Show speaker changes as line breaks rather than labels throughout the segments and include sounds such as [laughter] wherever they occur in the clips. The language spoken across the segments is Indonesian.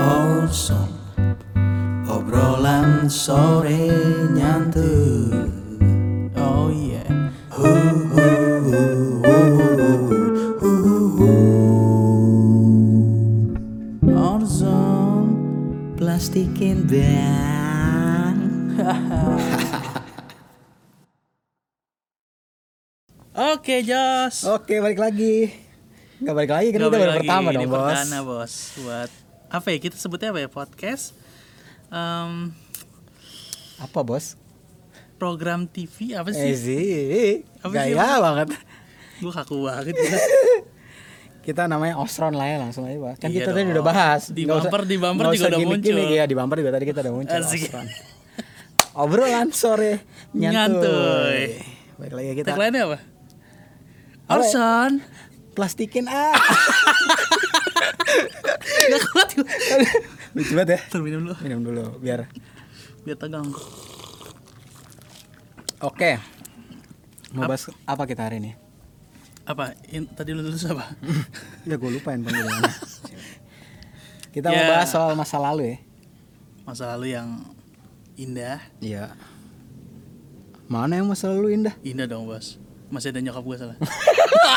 kosong Obrolan sore nyantuy Oh yeah Hu, hu, hu, hu, hu, hu, hu, hu. Orzon plastikin bang [laughs] Oke Jos
Oke balik lagi Gak balik lagi kan
Nggak
kita
balik
baru
lagi,
pertama
ini
dong bos
perdana bos buat apa ya kita sebutnya apa ya podcast Em,
Apa bos?
program TV apa
Eh.
sih
Ezi
Apa sih,
Gaya banget
gue kaku
[laughs]
banget gila.
Kita namanya Osron lah ya langsung aja bos Kan
Iya
kita tadi
dong.
udah bahas
Di
Nggak
bumper, di bumper
nggak
juga
usah
udah
gimmick-gimmick,
muncul.
ya, Di bumper juga tadi kita udah muncul
Asik.
Osron Obrolan sore Nyantuy,
Nyantuy.
Balik lagi kita
tagline apa
Apa ya?
Orson
Plastikin ah
[laughs] nggak kuat gue
Lucu banget ya
Bentar, minum dulu
Minum dulu biar
biar tegang
Oke Mau bahas apa kita hari ini?
apa In- tadi lu tulis apa
[laughs] Ya gue lupa handphone gue di mana. [laughs] Kita
Ya.
mau bahas soal masa lalu ya
masa lalu yang indah
Iya Mana yang masa lalu indah?
indah dong bos masih ada nyokap gue
[laughs]
salah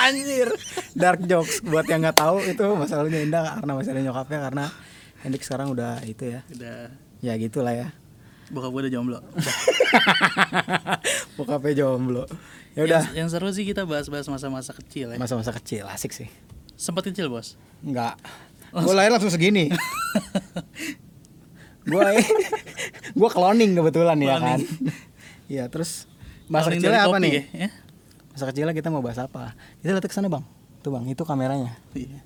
Anjir Dark jokes Buat yang nggak tahu itu masa lalunya indah Karena masih ada nyokapnya Karena Hendrik sekarang udah itu ya
udah
Ya gitulah
[laughs]
ya
bokap gue udah jomblo
Bokapnya jomblo Ya udah
yang, yang seru sih kita bahas-bahas masa-masa kecil ya
Masa-masa kecil asik sih
sempat kecil bos
Enggak Gue lahir langsung [laughs] segini Gue Gue cloning kebetulan ya kan Iya terus Masa
Paling
kecilnya
dari
apa
kopi
nih?
ya?
Masa kecilnya kita mau bahas apa? Kita lihat ke sana bang Tuh bang itu kameranya
Iya.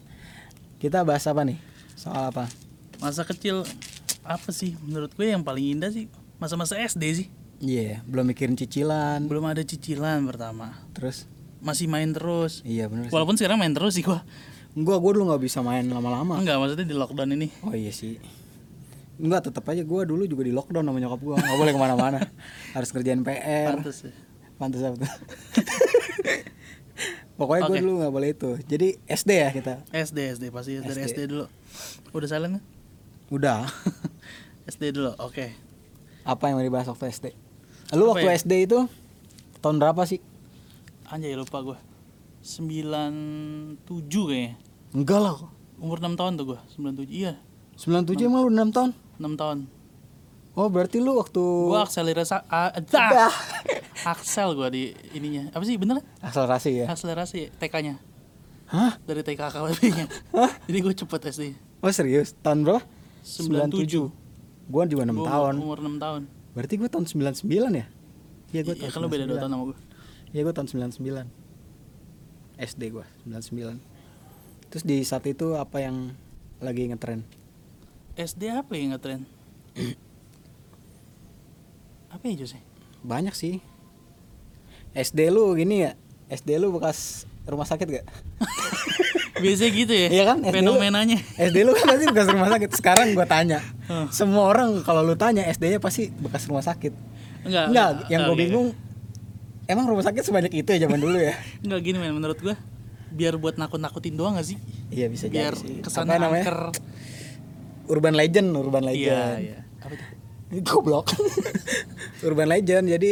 Kita bahas apa nih? Soal apa?
masa kecil apa sih menurut gue yang paling indah sih masa-masa SD sih
Iya, belum mikirin cicilan.
belum ada cicilan pertama
Terus
masih main terus
iya bener sih.
walaupun sekarang main terus sih gua
Gua gua dulu nggak bisa main lama-lama.
enggak maksudnya di lockdown ini
Oh iya sih. Enggak, tetap aja gua dulu juga di lockdown sama nyokap gua. Nggak boleh kemana
[laughs]
mana Harus kerjain PR.
pantas ya.
Pantes apa tuh? [laughs] Pokoknya gua
Oke.
dulu nggak boleh itu. Jadi SD ya kita.
SD SD pasti dari
SD.
SD dulu udah salah nggak
Udah. [laughs]
SD dulu oke
Apa yang mau dibahas waktu SD? Lu
Apa
waktu
ya?
SD itu tahun berapa sih?
anjay lupa gua 97 kayaknya
Enggak lah.
umur 6 tahun tuh gua 97 iya
97 emang lu 6 tahun?
6 tahun
Oh, berarti lu waktu
gua akselerasi a- dah. aksel gua di ininya apa sih bener kan?
[laughs] akselerasi ya.
akselerasi TK-nya
Hah?
dari TK KWP-nya. Jadi gue cepet SD.
Oh serius? Tahun berapa?
97.
Gue juga 6
Gua
tahun.
Umur, umur 6 tahun.
Berarti gue tahun 99 ya? Iya gue
Iya kan lu beda 2 tahun sama gue.
Iya gue tahun 99. SD gue 99. Terus di saat itu apa yang lagi ngetren?
SD apa ya
[coughs]
ngetren? apa ya Jose?
Banyak sih. SD lu gini ya? SD lu bekas rumah sakit gak?
[coughs] Biasanya gitu ya.
Iya kan? SD lu-
Fenomenanya.
SD lu kan pasti bekas rumah sakit. Sekarang gue tanya,
Hmm.
semua orang kalau lu tanya SD-nya pasti bekas rumah sakit.
Enggak.
Enggak, yang gue
oke.
bingung emang rumah sakit sebanyak itu ya zaman dulu
[laughs]
ya?
Enggak gini men menurut gue biar buat nakut-nakutin doang gak sih?
Iya bisa
biar
jadi sih.
kesannya
Apa namanya?
angker.
Urban Legend, Urban
Iya,
Legend.
iya. Apa tuh?
Ini Goblok. [laughs] Urban Legend jadi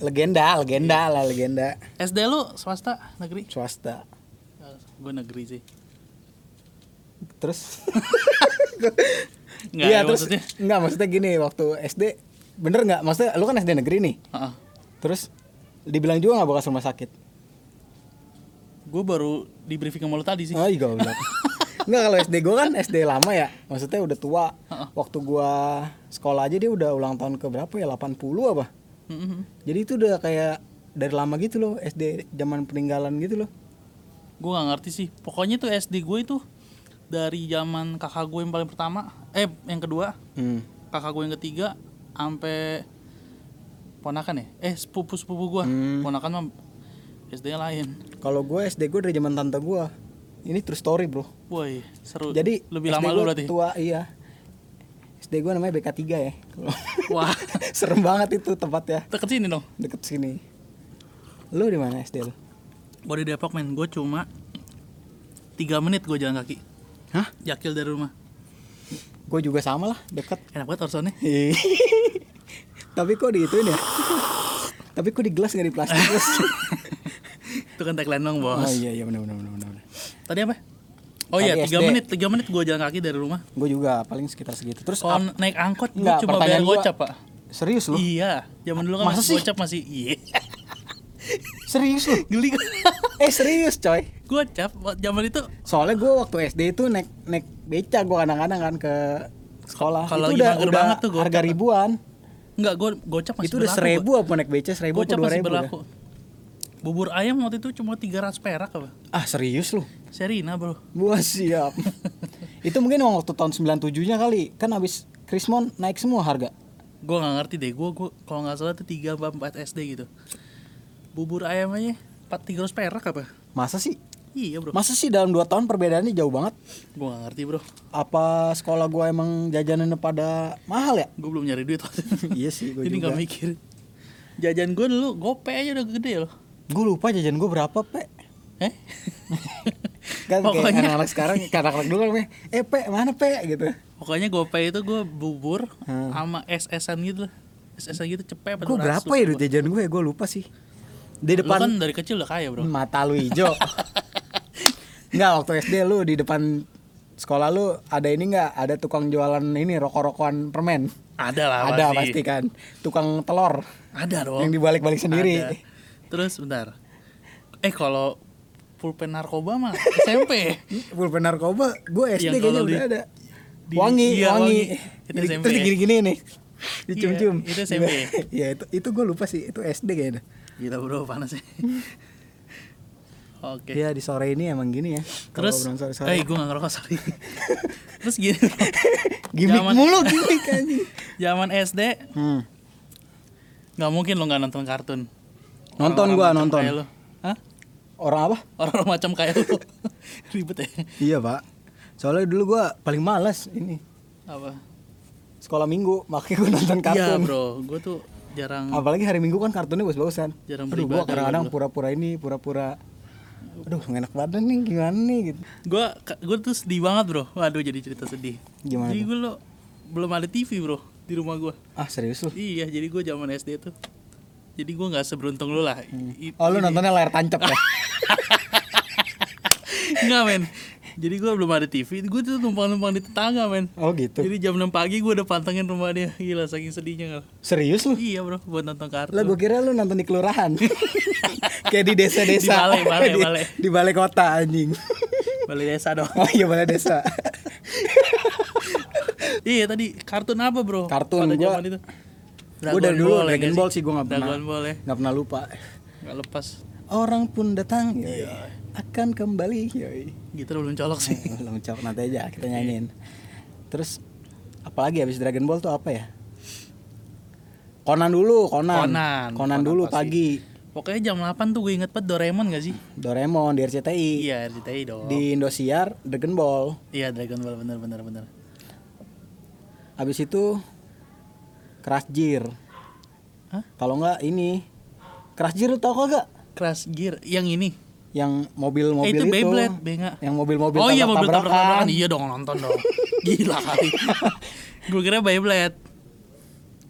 legenda, legenda
Iya.
lah, legenda
SD lu swasta negeri?
swasta.
Gue negeri sih. [laughs]
Terus
Enggak, ya,
Iya, terus
maksudnya.
enggak maksudnya gini waktu SD bener nggak maksudnya lu kan SD negeri nih.
Heeh.
Terus dibilang juga nggak bekas rumah sakit.
Gue baru di briefing sama lu tadi sih.
Oh iya goblok.
[laughs]
Enggak kalau SD gue kan SD lama ya. Maksudnya udah tua. Waktu gua sekolah aja dia udah ulang tahun ke berapa ya? 80 apa?
Mhm.
Jadi itu udah kayak dari lama gitu loh SD zaman peninggalan gitu loh.
gue gak ngerti sih pokoknya tuh SD gue itu dari zaman kakak gue yang paling pertama eh yang kedua
Hmm.
kakak gue yang ketiga sampai ponakan ya eh sepupu sepupu gue
Hmm.
ponakan mah SD yang lain
Kalau gue SD gue dari zaman tante gue. Ini true story, Bro.
woi seru
Jadi
lebih
SD
lama lu
gua
berarti
Tua, iya. SD gue namanya BK3 ya. [laughs]
wah
Serem banget itu tempatnya
deket sini dong
deket sini. Lu di mana SD lu?
gue di Depok men gue cuma tiga menit gue jalan kaki
Hah?
yakil dari rumah
Gue juga sama lah, deket. [laughs]
Enak banget [laughs] Orsonnya.
Tapi kok diituin ya? Tapi kok di gelas nggak di
[laughs]
plastik? Bos?
Itu kan tagline dong bos.
oh iya iya benar benar benar benar.
Tadi apa? Oh
Tadi
iya, tiga
SD.
menit, tiga menit gue jalan kaki dari rumah.
Gue juga paling sekitar segitu. Terus
Kalau
ap-
naik angkot gue
Nggak,
Oh, cuma
pertanyaan
bayar
gua-
gocap pak.
serius lu?
Iya, zaman dulu kan
Masa sih?
masih gocap masih iya. [laughs]
Serius lu?
Geli gue.
Eh serius coy.
[laughs] gocap zaman itu
Soalnya gue waktu SD itu naik naik beca gue kadang-kadang kan ke sekolah.
Kalau
itu
lagi
udah,
mager
udah
banget tuh gocap.
harga ribuan.
enggak gue gocap masih
itu udah
berlaku,
seribu apa naik beca
Pak.
seribu apa
Gocap
dua
masih
ribu?
berlaku. Bubur ayam waktu itu cuma 300 perak apa?
Ah serius lu?
Serina bro.
Gua siap. itu mungkin emang waktu tahun 97-nya kali. Kan habis Krismon naik semua harga.
Gue nggak ngerti deh. Gue gue kalau nggak salah itu 3 apa 4 SD gitu. Bubur ayam aja 4 300 perak apa?
Masa sih?
Iya bro.
Masa sih dalam 2 tahun perbedaannya jauh banget?
Gue nggak ngerti bro.
Apa sekolah gua emang jajanannya pada mahal ya?
Gue belum nyari duit waktu itu.
iya sih gua
[laughs] Jadi
juga.
nggak mikir. Jajan gue dulu gope aja udah gede loh.
Gue lupa jajan gue berapa, Pe.
Eh?
[laughs] Kan kayak
Pokoknya-
anak-anak sekarang, kayak anak-anak dulu kan, eh Pe, mana Pe? Gitu.
Pokoknya gope itu gue bubur
Hmm.
sama SS-an gitu loh. SS-an gitu cepet apa
Gue
200
berapa ya duit jajan gue? Gue lupa sih. Di
Lu
depan Hmm.
kan dari kecil udah kaya bro.
mata
[laughs]
lu hijau. Enggak, waktu SD lu di depan sekolah lu ada ini enggak? Ada tukang jualan ini rokok-rokokan permen.
Ada lah
ada pasti kan. Tukang telur
Ada dong.
yang dibalik-balik sendiri.
Oh, Ada. Terus bentar. Eh kalau pulpen narkoba mah
[laughs]
SMP.
Pulpen narkoba, gue
Yang
SD kayaknya
kalau di-
udah ada.
di-
wangi,
iya,
wangi.
wangi. Itu
Jadi-
SMP.
Terus gini-gini nih. Dicium-cium.
Iya, itu SMP.
Iya, itu itu gue lupa sih, itu SD kayaknya.
Gila bro panas
[laughs]
ya. Oke.
Iya, di sore ini emang gini ya. Kalau
Terus,
obrolan sore-sore.
eh gue gak ngerokok sorry. Terus gini,
[laughs]
[laughs]
gimmick
zaman-
mulu gimmick anjing.
zaman SD
Hmm.
nggak mungkin lo nggak nonton kartun. Orang-orang
Nonton gua,
macam
nonton.
kayak lu. Hah?
Orang apa?
Orang-orang macam kayak lu. [laughs] Ribet ya.
Iya pak. Soalnya dulu gua paling malas ini
Apa?
sekolah minggu, makanya gua nonton
Iya
kartun.
bro, gue tuh jarang
Apalagi hari minggu kan kartunnya bagus-bagus kan.
Hmm. Jarang
Aduh,
beribadah gitu
gua kadang-kadang
dulu.
pura-pura ini, pura-pura. Aduh, nggak enak badan nih, gimana nih gitu.
gue gue tuh sedih banget bro waduh jadi cerita sedih
Gimana
jadi
tuh?
gue lo belum ada TV bro di rumah gue
Ah serius lu?
iya jadi gue zaman SD tuh jadi gue nggak seberuntung lu lah I-
Oh lu nontonnya layar tancap
[laughs]
ya?
nggak men jadi gue belum ada TV gue tuh numpang-numpang di tetangga men
Oh gitu.
jadi jam 6 pagi gue udah pantengin rumah dia gila saking sedihnya gak?
Serius lu?
iya bro buat nonton kartun
Lah gua kira lu nonton di
[laughs]
kelurahan. Kayak di
Di
desa-desa.
balai, balai,
Di-
balai.
Di balai kota
[laughs]
anjing.
balik desa dong
Oh iya balai desa.
iya tadi kartun apa bro
Kartun
pada
gua-
zaman itu
Gua dari dulu
ya
Dragon
nggak
Ball sih, gua nggak pernah.
Dragon Ball ya
Nggak pernah lupa.
nggak lepas
Orang pun datang,
Iya.
akan kembali. Yoi.
gitu belum colok sih
[laughs] belum cocok nanti aja kita nyanyiin terus apalagi habis Dragon Ball tuh apa ya Conan dulu Conan
Conan. Conan
dulu
pasti.
pagi
Pokoknya jam 8 tuh gue inget banget Doraemon gak sih?
Doraemon di RCTI
Iya RCTI dong
di Indosiar Dragon Ball
Iya Dragon Ball bener bener bener
habis itu Crash Gear
Hah?
kalau nggak ini Crash Gear lu tau kagak
Crash Gear yang ini
yang mobil-mobil
Eh itu Beyblade Benga
yang mobil-mobil
Oh iya mobil
tabrak-tabrakan.
tabrak-tabrakan Iya dong nonton dong
[laughs]
Gila kali Gue kira Beyblade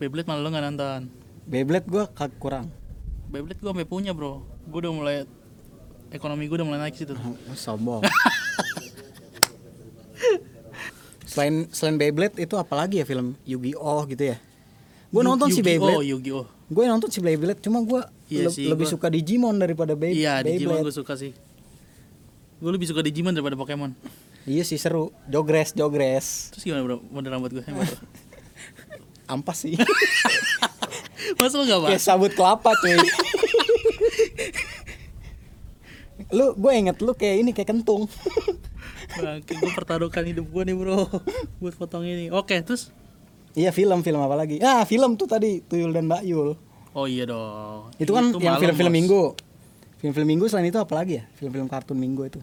Beyblade malah lo gak nonton
Beyblade gua kag- kurang
Beyblade gue sampai punya bro Gue udah mulai Ekonomi gue udah mulai naik situ tuh.
Oh, sombong. [laughs] selain selain Beyblade itu apalagi ya film Yu-Gi-Oh gitu ya. Gue nonton si
Yu-Gi-Oh,
Beyblade.
Yu-Gi-Oh
Gue nonton si Beyblade cuma gue
Iya sih,
lebih
gua-
suka Digimon daripada Bey-
Iya Digimon
Beyblade.
gue suka sih Gue lebih suka Digimon daripada Pokemon
Iya sih seru. Jogres, jogres.
Terus gimana bro model rambut gue hebat
[laughs]
bro?
Ampas
[laughs]
sih.
Mas lo gak apa?
Kayak sabut kelapa
[laughs]
cuy. lu gue inget lu kayak ini kayak kentung [laughs]
Bangke, gue pertaruhkan hidup gue nih bro Buat potong ini Oke, terus
iya film film apa lagi ah film tuh tadi tuyul dan mbak yul
Oh iya dong
Itu kan yang
malam,
film-film
Bos.
Minggu. Film-film Minggu selain itu apa lagi ya? Film-film kartun Minggu itu.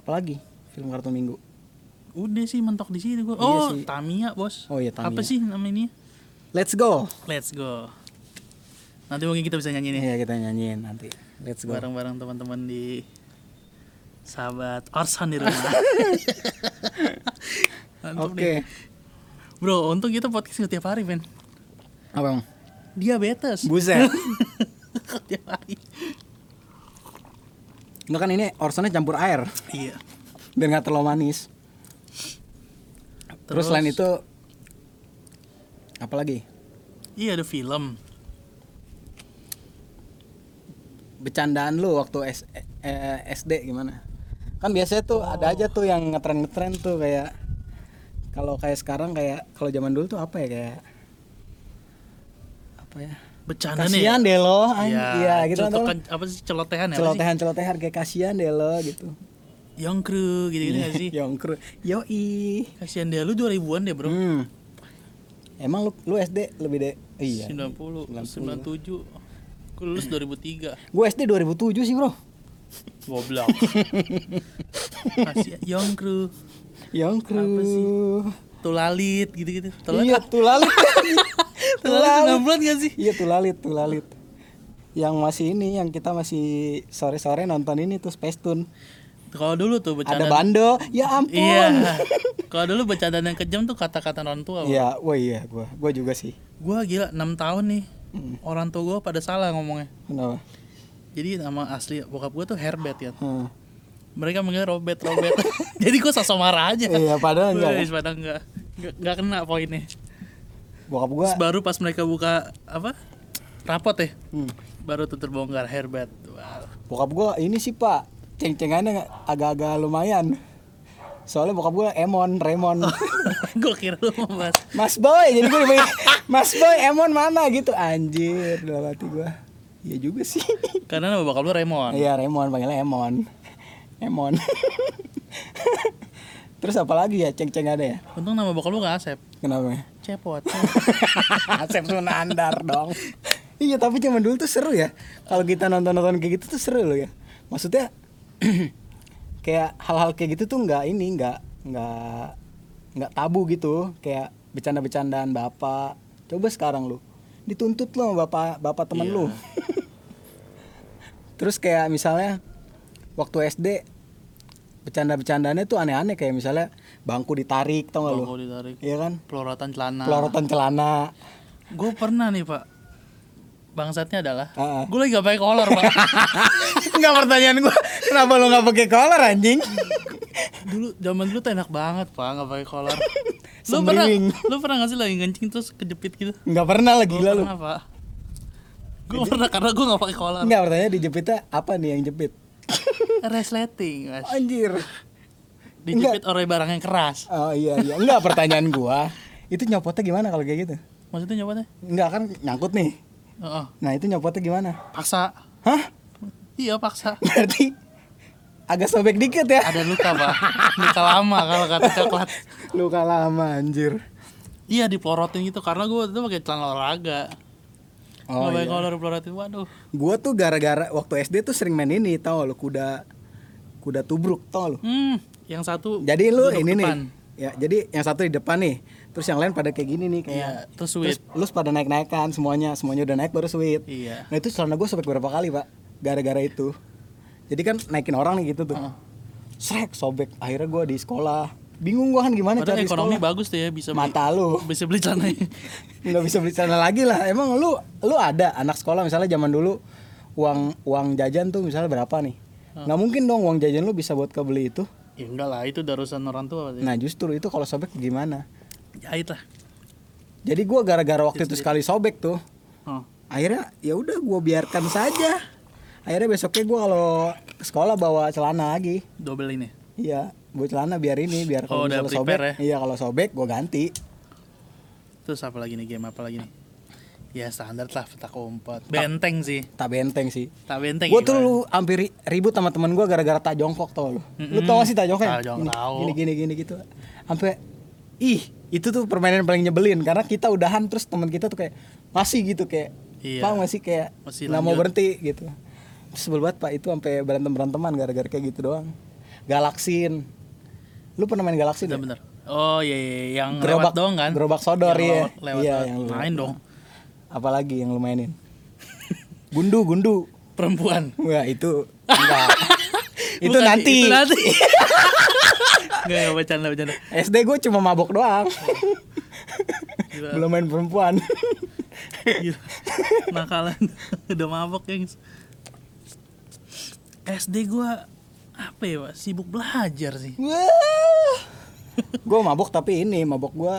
Apalagi film kartun Minggu.
Udah sih mentok di sini gue
Iya
Oh,
sih.
Tamiya bos
Oh iya, Tamiya.
Apa sih namanya ini?
Let's go.
Let's go Nanti mungkin kita bisa nyanyi nih
Iya, kita nyanyiin nanti. Let's go.
Bareng-bareng teman-teman di
[laughs]
Sahabat Orson di rumah ngantuk
Oke.
deh. Bro, untung kita podcast nggak tiap hari, Ben.
Apa emang?
Diabetes.
Buset.
[laughs] tiap hari.
Enggak kan ini orsonnya campur air
Iya.
biar nggak terlalu manis. Terus, selain itu apa lagi?
Iya, ada film.
Bercandaan lu waktu S- eh, SD gimana? Kan biasanya tuh ada aja tuh yang ngetren-ngetren tuh kayak kalau kayak sekarang kayak kalau zaman dulu tuh apa ya kayak apa ya?
Bercanda nih.
Kasihan deh lo, an-
Iya,
iya gitu kan. tuh.
celotekan- apa sih celotehan ya? apa sih?
Celotehan-celotehan kayak kasihan deh lo gitu.
Young Crew gitu-gitu nggak Iya sih?
[laughs] Yongkru. Yoi.
Kasihan deh lu 2000-an deh, Bro.
Iya. Hmm. Emang lu, lu SD lebih deh. Iya.
90, 97. Gua
[laughs]
lulus 2003.
Gue SD 2007 sih, Bro.
Goblok. [laughs] Kasihan Young Crew.
Yongkru.
Apa sih? Tulalit gitu-gitu. Tulalit.
Iya,
[laughs]
tulalit.
Tulalit 90-an nggak sih?
Iya, tulalit, tulalit. Yang masih ini, yang kita masih sore-sore nonton ini tuh Space Tune.
Kalau dulu tuh
Ada
bercanda
bando. Ya ampun. [laughs]
Iya. Kalau dulu bercandaan yang kejam tuh kata-kata orang tua. Bro.
Iya, wah iya gua. Gua juga sih.
Gua gila 6 tahun nih.
Hmm.
Orang tua gua pada salah ngomongnya.
Kenapa?
Jadi nama asli bokap gua tuh Herbert ya.
Hmm.
Mereka manggil Robert Robert. [laughs] Jadi gua sosok marah aja.
Iya, padahal enggak.
Wih, padahal enggak. Enggak, enggak kena poinnya.
Bokap gua.
Terus baru pas mereka buka apa? Rapot ya.
Hmm.
Baru tuh terbongkar Herbert. Wah. [laughs]
Bokap gua ini sih, Pak. Ceng-cengannya nggak- agak-agak lumayan. Soalnya bokap gua Emon, Raymond.
Oh. gua kira lu mau bahas.
Mas Boy, jadi gue dipanggil Mas Boy, Emon mana gitu Anjir, dalam hati gue Iya juga sih
Karena nama bokap lu Raymond.
Iya Remon, panggilnya Emon [laughs] Emon [laughs] Terus apa lagi ya, ceng-ceng ada ya?
Untung nama bokap lu gak Asep.
Kenapa ya? [laughs]
Cepot.
Asep Sunandar dong Iya tapi zaman dulu tuh seru ya Kalau kita nonton-nonton kayak gitu tuh seru loh ya Maksudnya [clears throat] Kayak hal-hal kayak gitu tuh nggak ini nggak nggak nggak tabu gitu Kayak bercanda-bercandaan bapak Coba sekarang lu Dituntut lo sama bapak, bapak temen [laughs] lu Terus kayak misalnya Waktu SD Bercanda-bercandanya tuh aneh-aneh Kayak misalnya bangku ditarik tau gak lu
Kalau ditarik.
Iya kan?
Pelorotan celana.
Pelorotan celana
Gue pernah nih pak Bangsatnya adalah
[laughs] Heeh.
Gue lagi gak pakai kolor pak [laughs]
Enggak pertanyaan gua, kenapa lu nggak pakai kolor anjing?
Dulu zaman dulu tuh enak banget pak Gak pakai kolor Lu pernah
Sembriwing.
Lu pernah gak sih lagi kencing terus kejepit gitu
Enggak pernah lah
Gue
gila lu.
pernah pak Gue pernah karena gue gak pakai kolor
Enggak pertanyaan dijepitnya apa nih yang jepit?
Resleting mas
Anjir.
Dijepit oleh barang yang keras
Oh iya iya, enggak pertanyaan gua. Itu nyopotnya gimana kalau kayak gitu?
Maksudnya nyopotnya
Enggak kan nyangkut nih.
Heeh.
Nah, itu nyopotnya gimana?
Paksa
Hah? [laughs]
Iya paksa
Berarti agak sobek dikit ya.
Ada luka
[laughs]
pak Luka lama kalau kata coklat
Luka lama anjir.
Iya dipelorotin gitu Karena gue itu pakai celana olahraga
Oh,
Gak pakai kolor pelorotin Waduh
Gua tuh gara-gara waktu SD tuh sering main ini, tau lu kuda kuda tubruk, tau lu?
Hmm, yang satu
Jadi lu
duduk
ini
depan.
nih. Ya, jadi yang satu di depan nih. Terus yang lain pada kayak gini nih
Iya,
kayak.
terus
Terus
sweet.
lu pada naik-naikan semuanya, semuanya udah naik baru sweet.
Iya.
Nah, itu celana gue sobek berapa kali, Pak? Gara-gara itu. Jadi kan naikin orang nih gitu tuh. Srek sobek. Akhirnya gua di sekolah. Bingung gua kan gimana
Padahal
cari
ekonomi
sekolah.
bagus tuh ya bisa beli,
Mata lu
bisa beli celana. ya.
nggak bisa beli celana lagi lah. Emang lu lu ada anak sekolah misalnya zaman dulu uang uang jajan tuh misalnya berapa nih? Nggak mungkin dong uang jajan lu bisa buat kebeli itu.
ya enggak lah, itu darusan orang tua pasti.
Nah, justru itu kalau sobek gimana?
Jahit lah.
Jadi gua gara-gara
Iya
waktu itu sekali sobek tuh.
Oh.
Akhirnya ya udah gua biarkan saja. Akhirnya besoknya gua kalau ke sekolah bawa celana lagi.
Double ini.
Iya, bawa celana biar ini biar
Oh,
kalau
udah
misalnya sobek.
prepare
Iya, kalau sobek gua ganti.
Terus apa lagi nih game apa lagi nih? Ya standar lah petak umpet. Benteng sih.
Tak benteng sih.
Tak benteng.
Gua
ya,
tuh
Pak.
lu hampir ri- ribut sama temen gua gara-gara tak jongkok tau lu. Lu tau gak sih tak jongkok?
Tak
ya?
jongkok,
Gini,
tahu.
Gini gini gini gitu. Sampai ih, itu tuh permainan paling nyebelin karena kita udahan terus teman kita tuh kayak masih gitu kayak
Iya.
paham gak sih kayak
Masih
nggak mau berhenti gitu Terus sebel banget pak itu sampai berantem beranteman gara-gara kayak gitu doang galaksin lu pernah main galaksin ya?
Bentar. Oh iya, iya, yang lewat
gerobak
doang kan?
gerobak sodor
Yang
ya
lewat- lewat
iya
doang.
yang lu-
main dong.
apalagi yang lu mainin gundu gundu
Perempuan. [laughs]
wah itu enggak itu
Bukan,
[laughs] nanti
Itu nanti. Enggak, enggak bercanda, bercanda.
SD gue cuma mabok doang
Gila.
belum main perempuan
Gila. Nakalan. Udah mabok, gengs. SD gua apa ya, Pak? Sibuk belajar sih.
gue mabok tapi ini mabok gue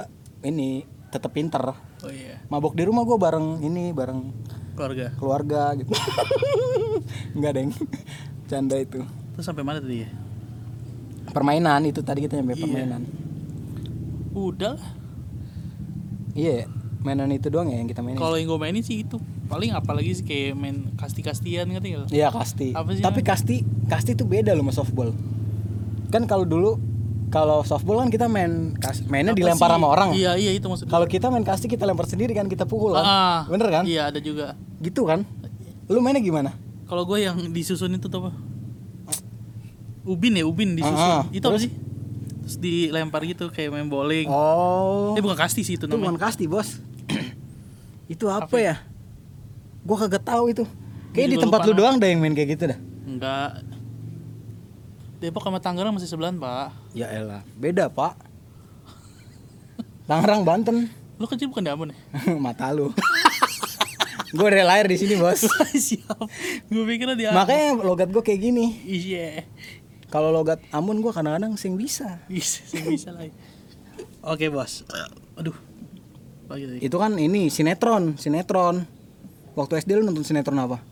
ini tetap pinter
Oh iya,
mabok di rumah gue bareng ini bareng
keluarga.
keluarga gitu [laughs] nggak deng canda itu
Terus sampai mana tadi ya?
permainan itu tadi kita nyampe
Iya.
permainan
Udah. lah.
iya mainan itu doang ya yang kita mainin
Kalau yang gua mainin sih itu. Paling apalagi sih kayak main kasti-kastian ngerti nggak?
Iya kasti.
Apa sih
Tapi kasti kasti itu beda loh sama softball. Kan kalau dulu kalau softball kan kita main kas- mainnya
Apa
dilempar
sih?
sama orang.
Iya, iya itu maksudnya.
Kalau kita main kasti kita lempar sendiri kan kita pukul kan.
Ah,
Bener kan?
Iya, ada juga.
Gitu kan? Lu mainnya gimana?
Kalau gue yang disusun itu tuh apa? Ubin ya, ubin disusun.
Ah, ah.
Itu apa sih? Terus dilempar gitu kayak main bowling.
Oh.
Ini bukan kasti sih itu
Itu bukan
namanya. [coughs]
kasti, Bos. itu apa, ya? Gua kagak tahu itu. Kayak di
juga
tempat
lupa
lu
nama.
doang deh yang main kayak gitu dah.
Enggak. Depok sama Tangerang masih sebelahan, Pak.
Ya elah, beda, Pak. Tangerang Banten. [laughs]
Lu kecil bukan di Ambon ya? [laughs]
Mata lu. gue udah lahir di sini, Bos.
Siap. Gue pikirnya di Ambon.
[laughs] Makanya logat gue kayak gini.
Iya.
Kalau logat Ambon gue kadang-kadang sing bisa.
Bisa, sih bisa lah. Oke, Bos. Aduh. Lagi tadi.
Itu kan ini sinetron, sinetron. Waktu SD lu nonton sinetron apa?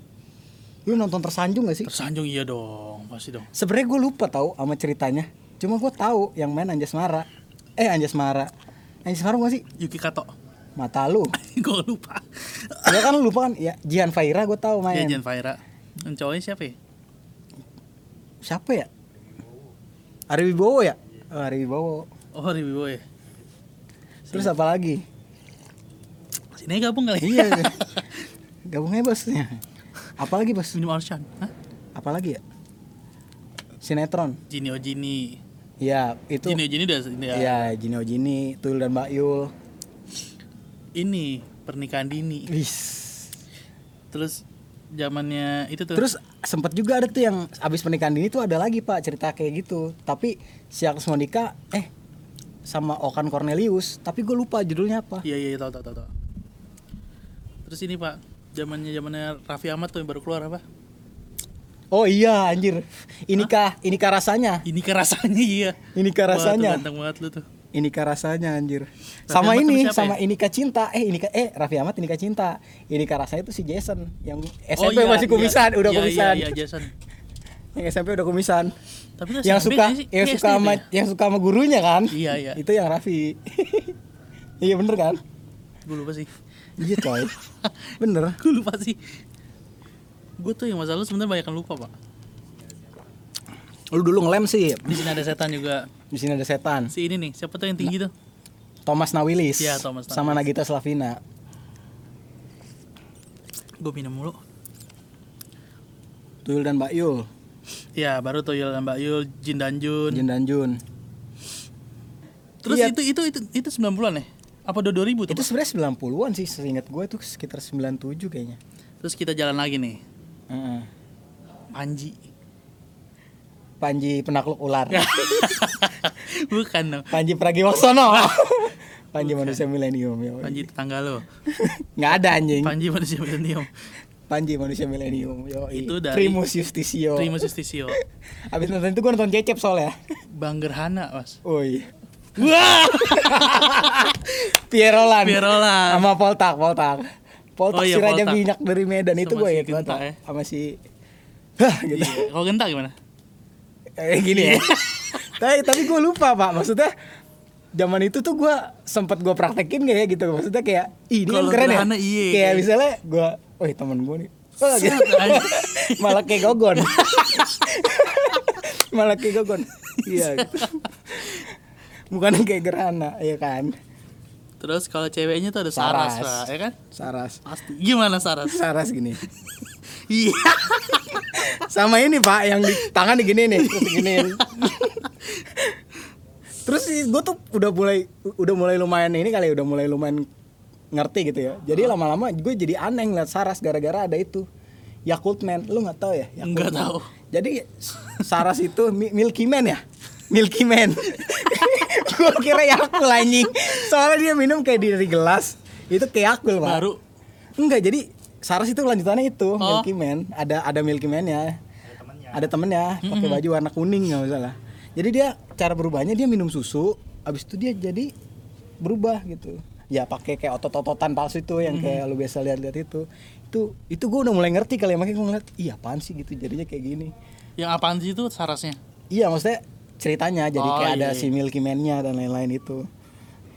Lu nonton tersanjung gak sih?
Tersanjung iya dong, pasti dong.
Sebenarnya gue lupa tahu sama ceritanya. Cuma gue tahu yang main Anjasmara. Eh Anjasmara. Anjasmara gak sih?
Yuki Kato. [laughs]
Mata lu.
gue lupa.
Ya kan lu lupa kan? Ya Jihan Faira gue tahu
Iya,
main.
Jan Faira. Yang cowoknya siapa ya?
Siapa ya? Ari Wibowo ya? Oh, Ari Wibowo.
Oh, Ribiwo ya.
Terus apa lagi?
Sini gabung kali. ya? [laughs]
Iya. Gabungnya bosnya. Apalagi bos?
Minum Arshan. Hah?
apalagi ya sinetron
Jinio Jini.
ya itu
Jinio Jini udah udah-
ya Jino Jini Tul dan Mbak Yul
ini pernikahan dini. Terus zamannya itu tuh.
terus sempet juga ada tuh yang abis pernikahan dini tuh ada lagi pak cerita kayak gitu tapi si Agnes Monica eh sama Okan Cornelius tapi gue lupa judulnya apa
Iya iya iya, tahu tahu tahu. tahu. Terus ini Pak, zamannya zamannya Raffi Ahmad tuh yang baru keluar apa?
oh iya anjir inikah inikah rasanya
Ini kerasanya [laughs] iya.
inikah
Wah, kan tuh
Kan rasanya
ganteng banget lu tuh.
inikah rasanya anjir
Raffi
sama
Ahmad
ini
sama siapa
sama
ya?
inikah cinta eh inikah eh Raffi Ahmad inikah cinta inikah rasanya itu si Jason yang
Oh,
SMP
iya,
masih kumisan
iya,
udah
iya,
kumisan
Iya, iya, Jason.
yang SMP udah kumisan
Tapi itu
yang
SMP
suka
sih,
yang
iya,
suka
SD
sama
itu ya?
yang suka sama gurunya kan
Iya, iya.
itu yang Raffi [laughs] iya bener kan
Gue lupa sih. [laughs]
iya coy bener
Gue lupa sih. Gue tuh yang masalah sebenarnya banyak yang lupa, Pak.
lu dulu ngelem sih
Di sini ada setan juga.
di sini ada setan
Si ini nih, siapa tuh yang tinggi
Nah.
tuh?
Thomas Nawilis
Iya, Thomas
sama Nagita Slavina
Gue minum mulu.
Tuyul dan Mbak Yul
Ya, baru tuh Yul Mbak Yul, Jin dan Jun.
Jin dan Jun
Terus
Iya.
itu itu itu itu 90-an ya? Apa udah 2000 tuh?
itu
Pak?
sebenarnya 90-an sih seingat gue tuh sekitar 97 kayaknya
Terus kita jalan lagi nih.
Heeh. [laughs]
Panji.
Panji penakluk ular [laughs]
Bukan dong.
Panji
[laughs]
Pragiwaksono Panji manusia milenium ya
Panji tetangga lo.
[laughs] nggak ada anjing
Panji manusia milenium.
Panji manusia milenium yo
Itu dari-
Primus Justisio
Primus Justisio.
Abis nonton itu gue nonton
[laughs]
Cecep soalnya.
Banggerhana, Mas.
Woi. [laughs] Wah. Pierolan.
Pierolan.
Sama Poltak, Poltak.
Oh
Poltak
iya,
si Raja
Poltak.
Minyak dari Medan itu
Sama
gue
si
ingat banget.
Genta,
lah.
ya.
Sama si Hah gitu.
Iya. Kalau genta gimana? Iya.
Eh gini ya. [laughs] tapi tapi gue lupa, Pak. Maksudnya zaman itu tuh gue sempet gue praktekin gak ya gitu maksudnya kayak "Ih, ini kan
Kalau
keren ya
sederhana, iya.
kayak misalnya gue woi temen gue nih Wah, gitu.
Set, anjing.
[laughs] malah kayak gogon [laughs] malah kayak gogon iya gitu. bukan kayak gerhana ya kan
Terus kalau ceweknya tuh ada Saras,
Saras.
Pak, ya kan?
saras
Pasti. Gimana Saras?
saras gini
Iya.
sama ini pak yang di tangan digini nih terus diginiin. terus gue tuh udah mulai udah mulai lumayan ini kali ya, udah mulai lumayan ngerti gitu ya jadi lama-lama gue jadi aneh ngeliat Saras gara-gara ada itu Yakult Man lu nggak tahu ya Yakult
Enggak
Man.
tahu.
jadi Saras itu Mi- Milky Man ya Milky Man. [laughs] gue kira Yakul anjing. Soalnya dia minum kayak dari gelas. Itu kayak Yakul, Pak.
Baru
Enggak, jadi Saras itu lanjutannya itu,
Oh.
Milky Man. Ada ada Milky Man-nya. Ada temennya pakai baju warna kuning nggak salah. Jadi dia cara berubahnya dia minum susu, habis itu dia jadi berubah gitu. Ya pakai kayak otot-ototan palsu itu yang kayak lu biasa lihat-lihat itu. Itu itu gue udah mulai ngerti kali ya makanya gue ngeliat, iya apaan sih gitu jadinya kayak gini.
yang apaan sih itu sarasnya?
Iya maksudnya ceritanya jadi
Oh,
kayak ada
iya,
si Milky Man-nya dan lain-lain itu.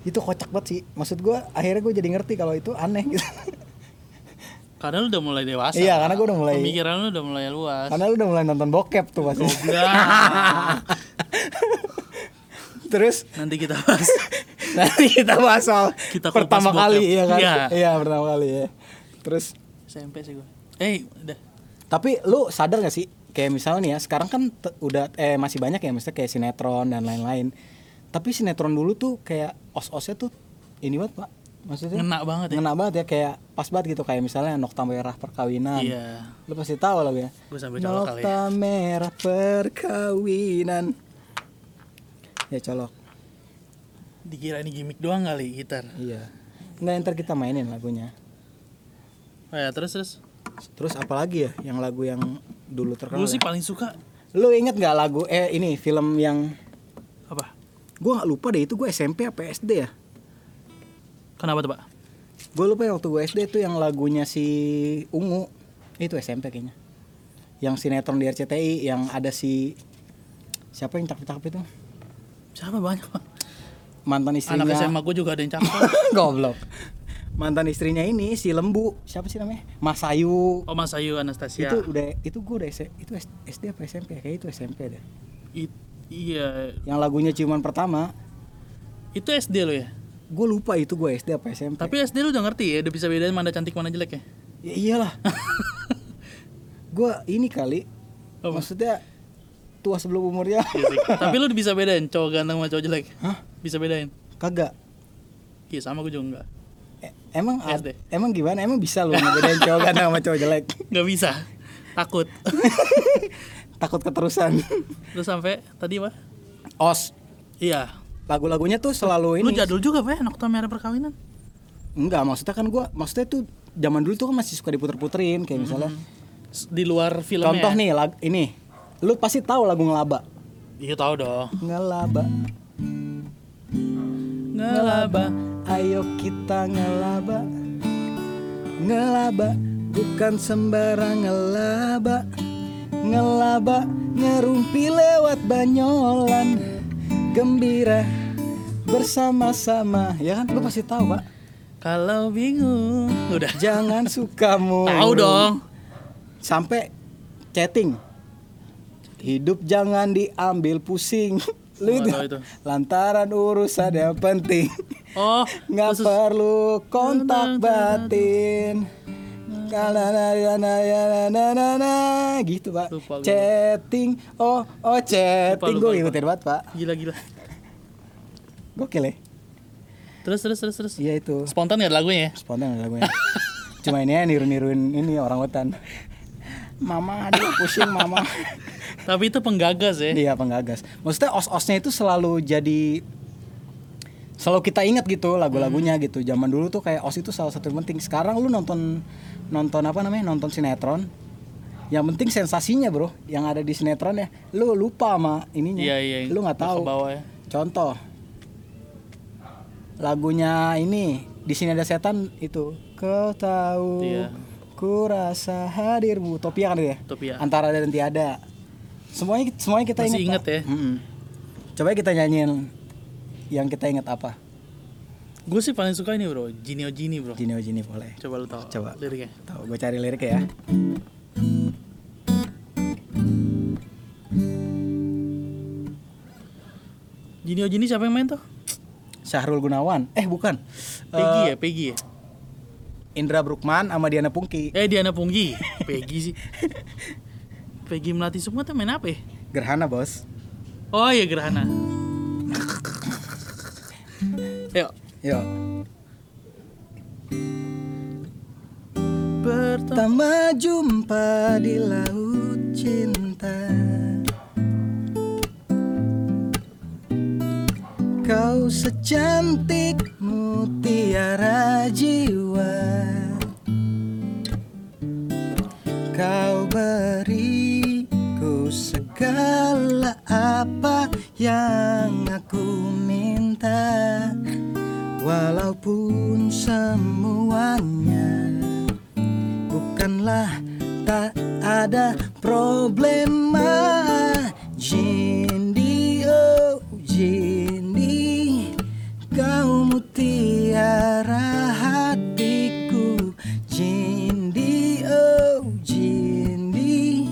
Itu kocak banget sih. Maksud gue akhirnya gue jadi ngerti kalau itu aneh gitu. [laughs]
Karena lu udah mulai dewasa.
Iya, karena gua udah mulai-
Pemikiran Oh. lu udah mulai luas.
Karena lu udah mulai nonton bokep tuh pasti.
Goblok.
[laughs] Terus
Nanti kita bahas.
nanti kita bahas soal
Kita kupas
pertama
bokep.
kali ya kan.
Iya.
Iya, pertama kali ya. Terus
SMP sih gua. Eh, udah.
tapi lu sadar gak sih kayak misalnya nih ya sekarang kan te- udah eh masih banyak ya maksudnya kayak sinetron dan lain-lain. Tapi sinetron dulu tuh kayak os-osnya tuh ini banget, Pak. Maksudnya
Ngena banget ya.
ngena banget ya kayak pas banget gitu kayak misalnya nokta merah perkawinan.
Iya.
Lu pasti tahu lah ya.
Gua sambil colok kali ya.
Nokta merah perkawinan. Ya colok.
Dikira ini gimmick doang kali gitar.
Iya. Nggak ntar kita mainin lagunya.
Oh ya, terus terus.
Terus apalagi ya yang lagu yang dulu terkenal?
Lu sih
ya?
paling suka
Lu inget nggak lagu eh ini film yang
apa?
gua nggak lupa deh itu gue SMP apa SD ya?
Kenapa tuh, Pak?
Gue lupa ya waktu gue SD itu yang lagunya si Ungu itu SMP kayaknya. Yang sinetron di RCTI yang ada si siapa yang cakep-cakep itu?
Siapa banyak, Pak?
Mantan
Anak
istrinya.
SMA gua juga ada yang cakep.
[laughs] Goblok. Mantan istrinya ini si Lembu, siapa sih namanya? Mas Ayu.
Oh, Mas Ayu Anastasia.
Itu udah itu gue udah S- itu S- SD apa SMP ya? Kayak itu SMP deh.
I- iya,
Yang lagunya ciuman pertama,
itu SD lo ya.
gue lupa itu gue SD apa SMP.
Tapi SD lu udah ngerti ya, udah bisa bedain mana cantik mana [laughs] jelek ya.
Ya [laughs] iyalah. gue ini kali
Apa?
maksudnya tua sebelum umurnya.
Tapi lu bisa bedain cowok ganteng sama cowok jelek.
[laughs] Hah?
Bisa bedain.
Kagak.
Iya, sama gua juga enggak.
E- emang ad-
SD.
emang gimana? Emang bisa lu ngebedain cowok ganteng sama cowok [laughs] jelek?
Enggak bisa. Takut.
Takut keterusan.
lu sampai tadi apa?
Os.
Iya.
Lagu-lagunya tuh selalu
Lu
ini.
jadul juga, Pak, Nokta Merah Perkawinan.
Enggak, maksudnya kan gua maksudnya tuh zaman dulu tuh kan masih suka
Mm-hmm.
diputer-puterin kayak misalnya
S- Di luar filmnya. ya?
contoh nih lag, ini. Lu pasti tahu lagu ngelaba.
Iya, tahu dong.
Ngelaba.
Ngelaba.
Ayo kita ngelaba Ngelaba Bukan sembarang ngelaba Ngelaba Ngerumpi lewat banyolan Gembira Bersama-sama Ya kan lu pasti tahu pak
Kalau bingung, udah.
Jangan suka murung
Tahu dong.
Sampai chatting Hidup jangan diambil
[laughs]
pusing Lu
Gua
itu-
tahu itu.
Lantaran urusan yang
[laughs]
penting
Oh,
nggak
khusus- Nah,
perlu kontak batin Nah, Kala na na na na na na na na. nah, gitu pak
Lupa gua.
chatting oh oh chatting
Lupa, lupa,
gue
lupa.
ngikutin banget pak
gila gila.
gokil ya
Terus terus terus terus.
iya itu
Spontan ya lagunya ya?
spontan ada lagunya cuma ini ya niru niruin ini orang hutan mama aduh pusing mama [laughs]
Tapi itu penggagas ya.
iya penggagas maksudnya os osnya itu selalu jadi selalu kita ingat gitu
Hmm.
lagu-lagunya gitu zaman dulu tuh kayak os itu salah satu yang penting sekarang lu nonton nonton apa namanya nonton sinetron yang penting sensasinya bro yang ada di sinetron ya lu lupa sama ininya
Iya, iya.
lu nggak
Ke
tahu
bawah ya.
contoh lagunya ini di sini ada setan itu kau tahu
Iya.
ku rasa hadirmu topia kan dia
Utopia.
antara ada dan tiada semuanya semuanya kita
ya. Masih
ingat
inget ya.
coba kita nyanyiin yang kita ingat apa
Gue sih paling suka ini, Bro. Jinio Jini, Bro.
Jini oh Jini boleh
Coba lu tahu
Coba.
liriknya.
tahu gue cari lirik ya
Jinio Jini siapa yang main tuh?
Syahrul Gunawan eh bukan
Peggy
Eh,
ya, Peggy ya.
Indra Brukman sama Diana Pungki
Eh Diana Punggi, Peggy sih. Peggy Melati Sukma tuh main apa ya?
Gerhana bos
Oh iya Gerhana. Ayo.
yuk
Pertama
Pertama jumpa di laut cinta Kau secantik mutiara jiwa Kau beriku segala apa yang aku minta Walaupun semuanya bukanlah tak ada problema Jindi oh Jindi Kau mutiara hatiku Jindi oh Jindi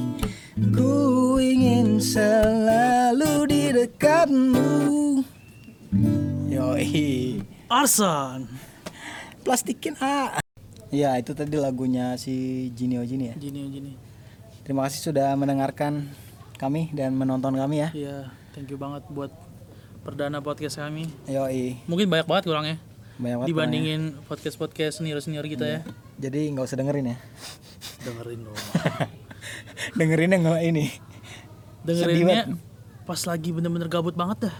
Ku ingin selalu di dekatmu Yoi
Arson.
Plastikin ah Ya itu tadi lagunya si Jinio Jini ya
Gini gini.
Terima kasih sudah mendengarkan kami dan menonton kami ya.
Iya, thank you banget buat perdana podcast kami.
Yoi,
Mungkin banyak banget kurangnya
banyak Iya. banget.
dibandingin podcast-podcast senior-senior kita ya.
orangnya. Jadi nggak usah dengerin ya. [laughs]
Dengerin dong.
Dengerinnya nggak ini.
[laughs]
[laughs]
Dengerinnya pas lagi bener-bener gabut banget dah.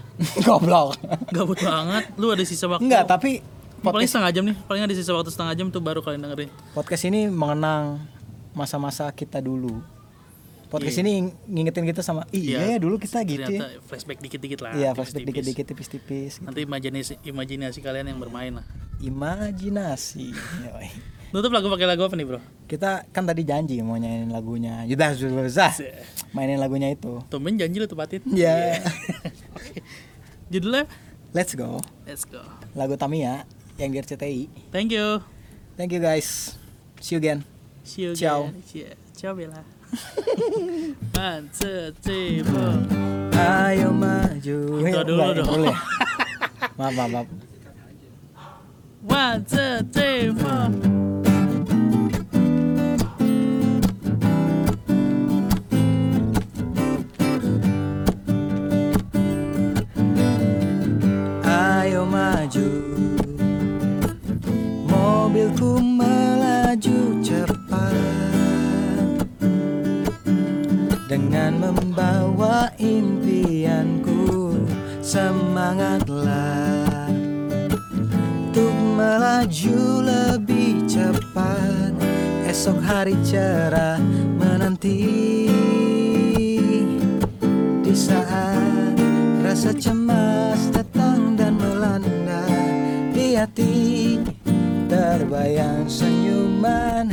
Goblok.
Gabut banget. Lu ada sisa waktu.
Enggak, tapi
Paling setengah jam nih. Paling ada sisa waktu setengah jam tuh baru kalian dengerin.
podcast ini mengenang masa-masa kita dulu. Podcast ini ng- ngingetin kita sama iya ya dulu kita
Iya.
gitu ya.
Ternyata flashback dikit-dikit lah. tipis-tipis.
Iya, flashback dikit-dikit tipis-tipis.
Nanti imajinasi, imajinasi kalian yang bermain lah. [laughs]
Imajinasi. Yoi.
Nutup lagu pakai lagu apa nih, Bro?
Kita kan tadi janji mau nyanyiin lagunya. Yudah, Zul Zah.
[laughs]
Mainin lagunya itu.
Tumben janji lu tepatin.
Ya.
Iya.
[laughs]
Judulnya
Let's go.
Let's go.
Lagu Tamiya yang di RCTI.
Thank you.
Thank you guys. See you again.
See you
Ciao.
again. Cie- Ciao Bella. [laughs] One, two, three, four.
Ayo maju.
Intro dulu
Enggak,
dong.
intro
[laughs]
dulu ya. maaf, maaf, maaf.
One, two, three, four.
Ayo maju. Mobilku melaju cepat dengan membawa impianku. Semangatlah untuk melaju lebih cepat. Esok hari cerah menanti di saat rasa cemas datang dan melanda di hati terbayang senyuman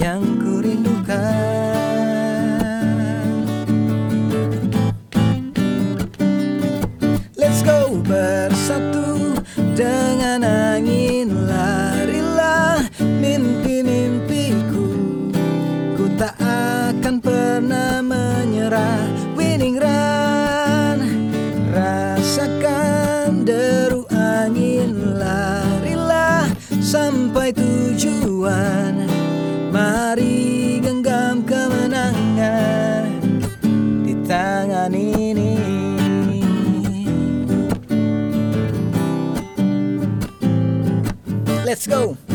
yang kurindukan. Let's go bersatu dengan angin larilah mimpi-mimpiku Ku tak akan pernah menyerah winning run Rasakan deru angin larilah sampai tujuan Mari genggam kemenangan di tangan ini Let's go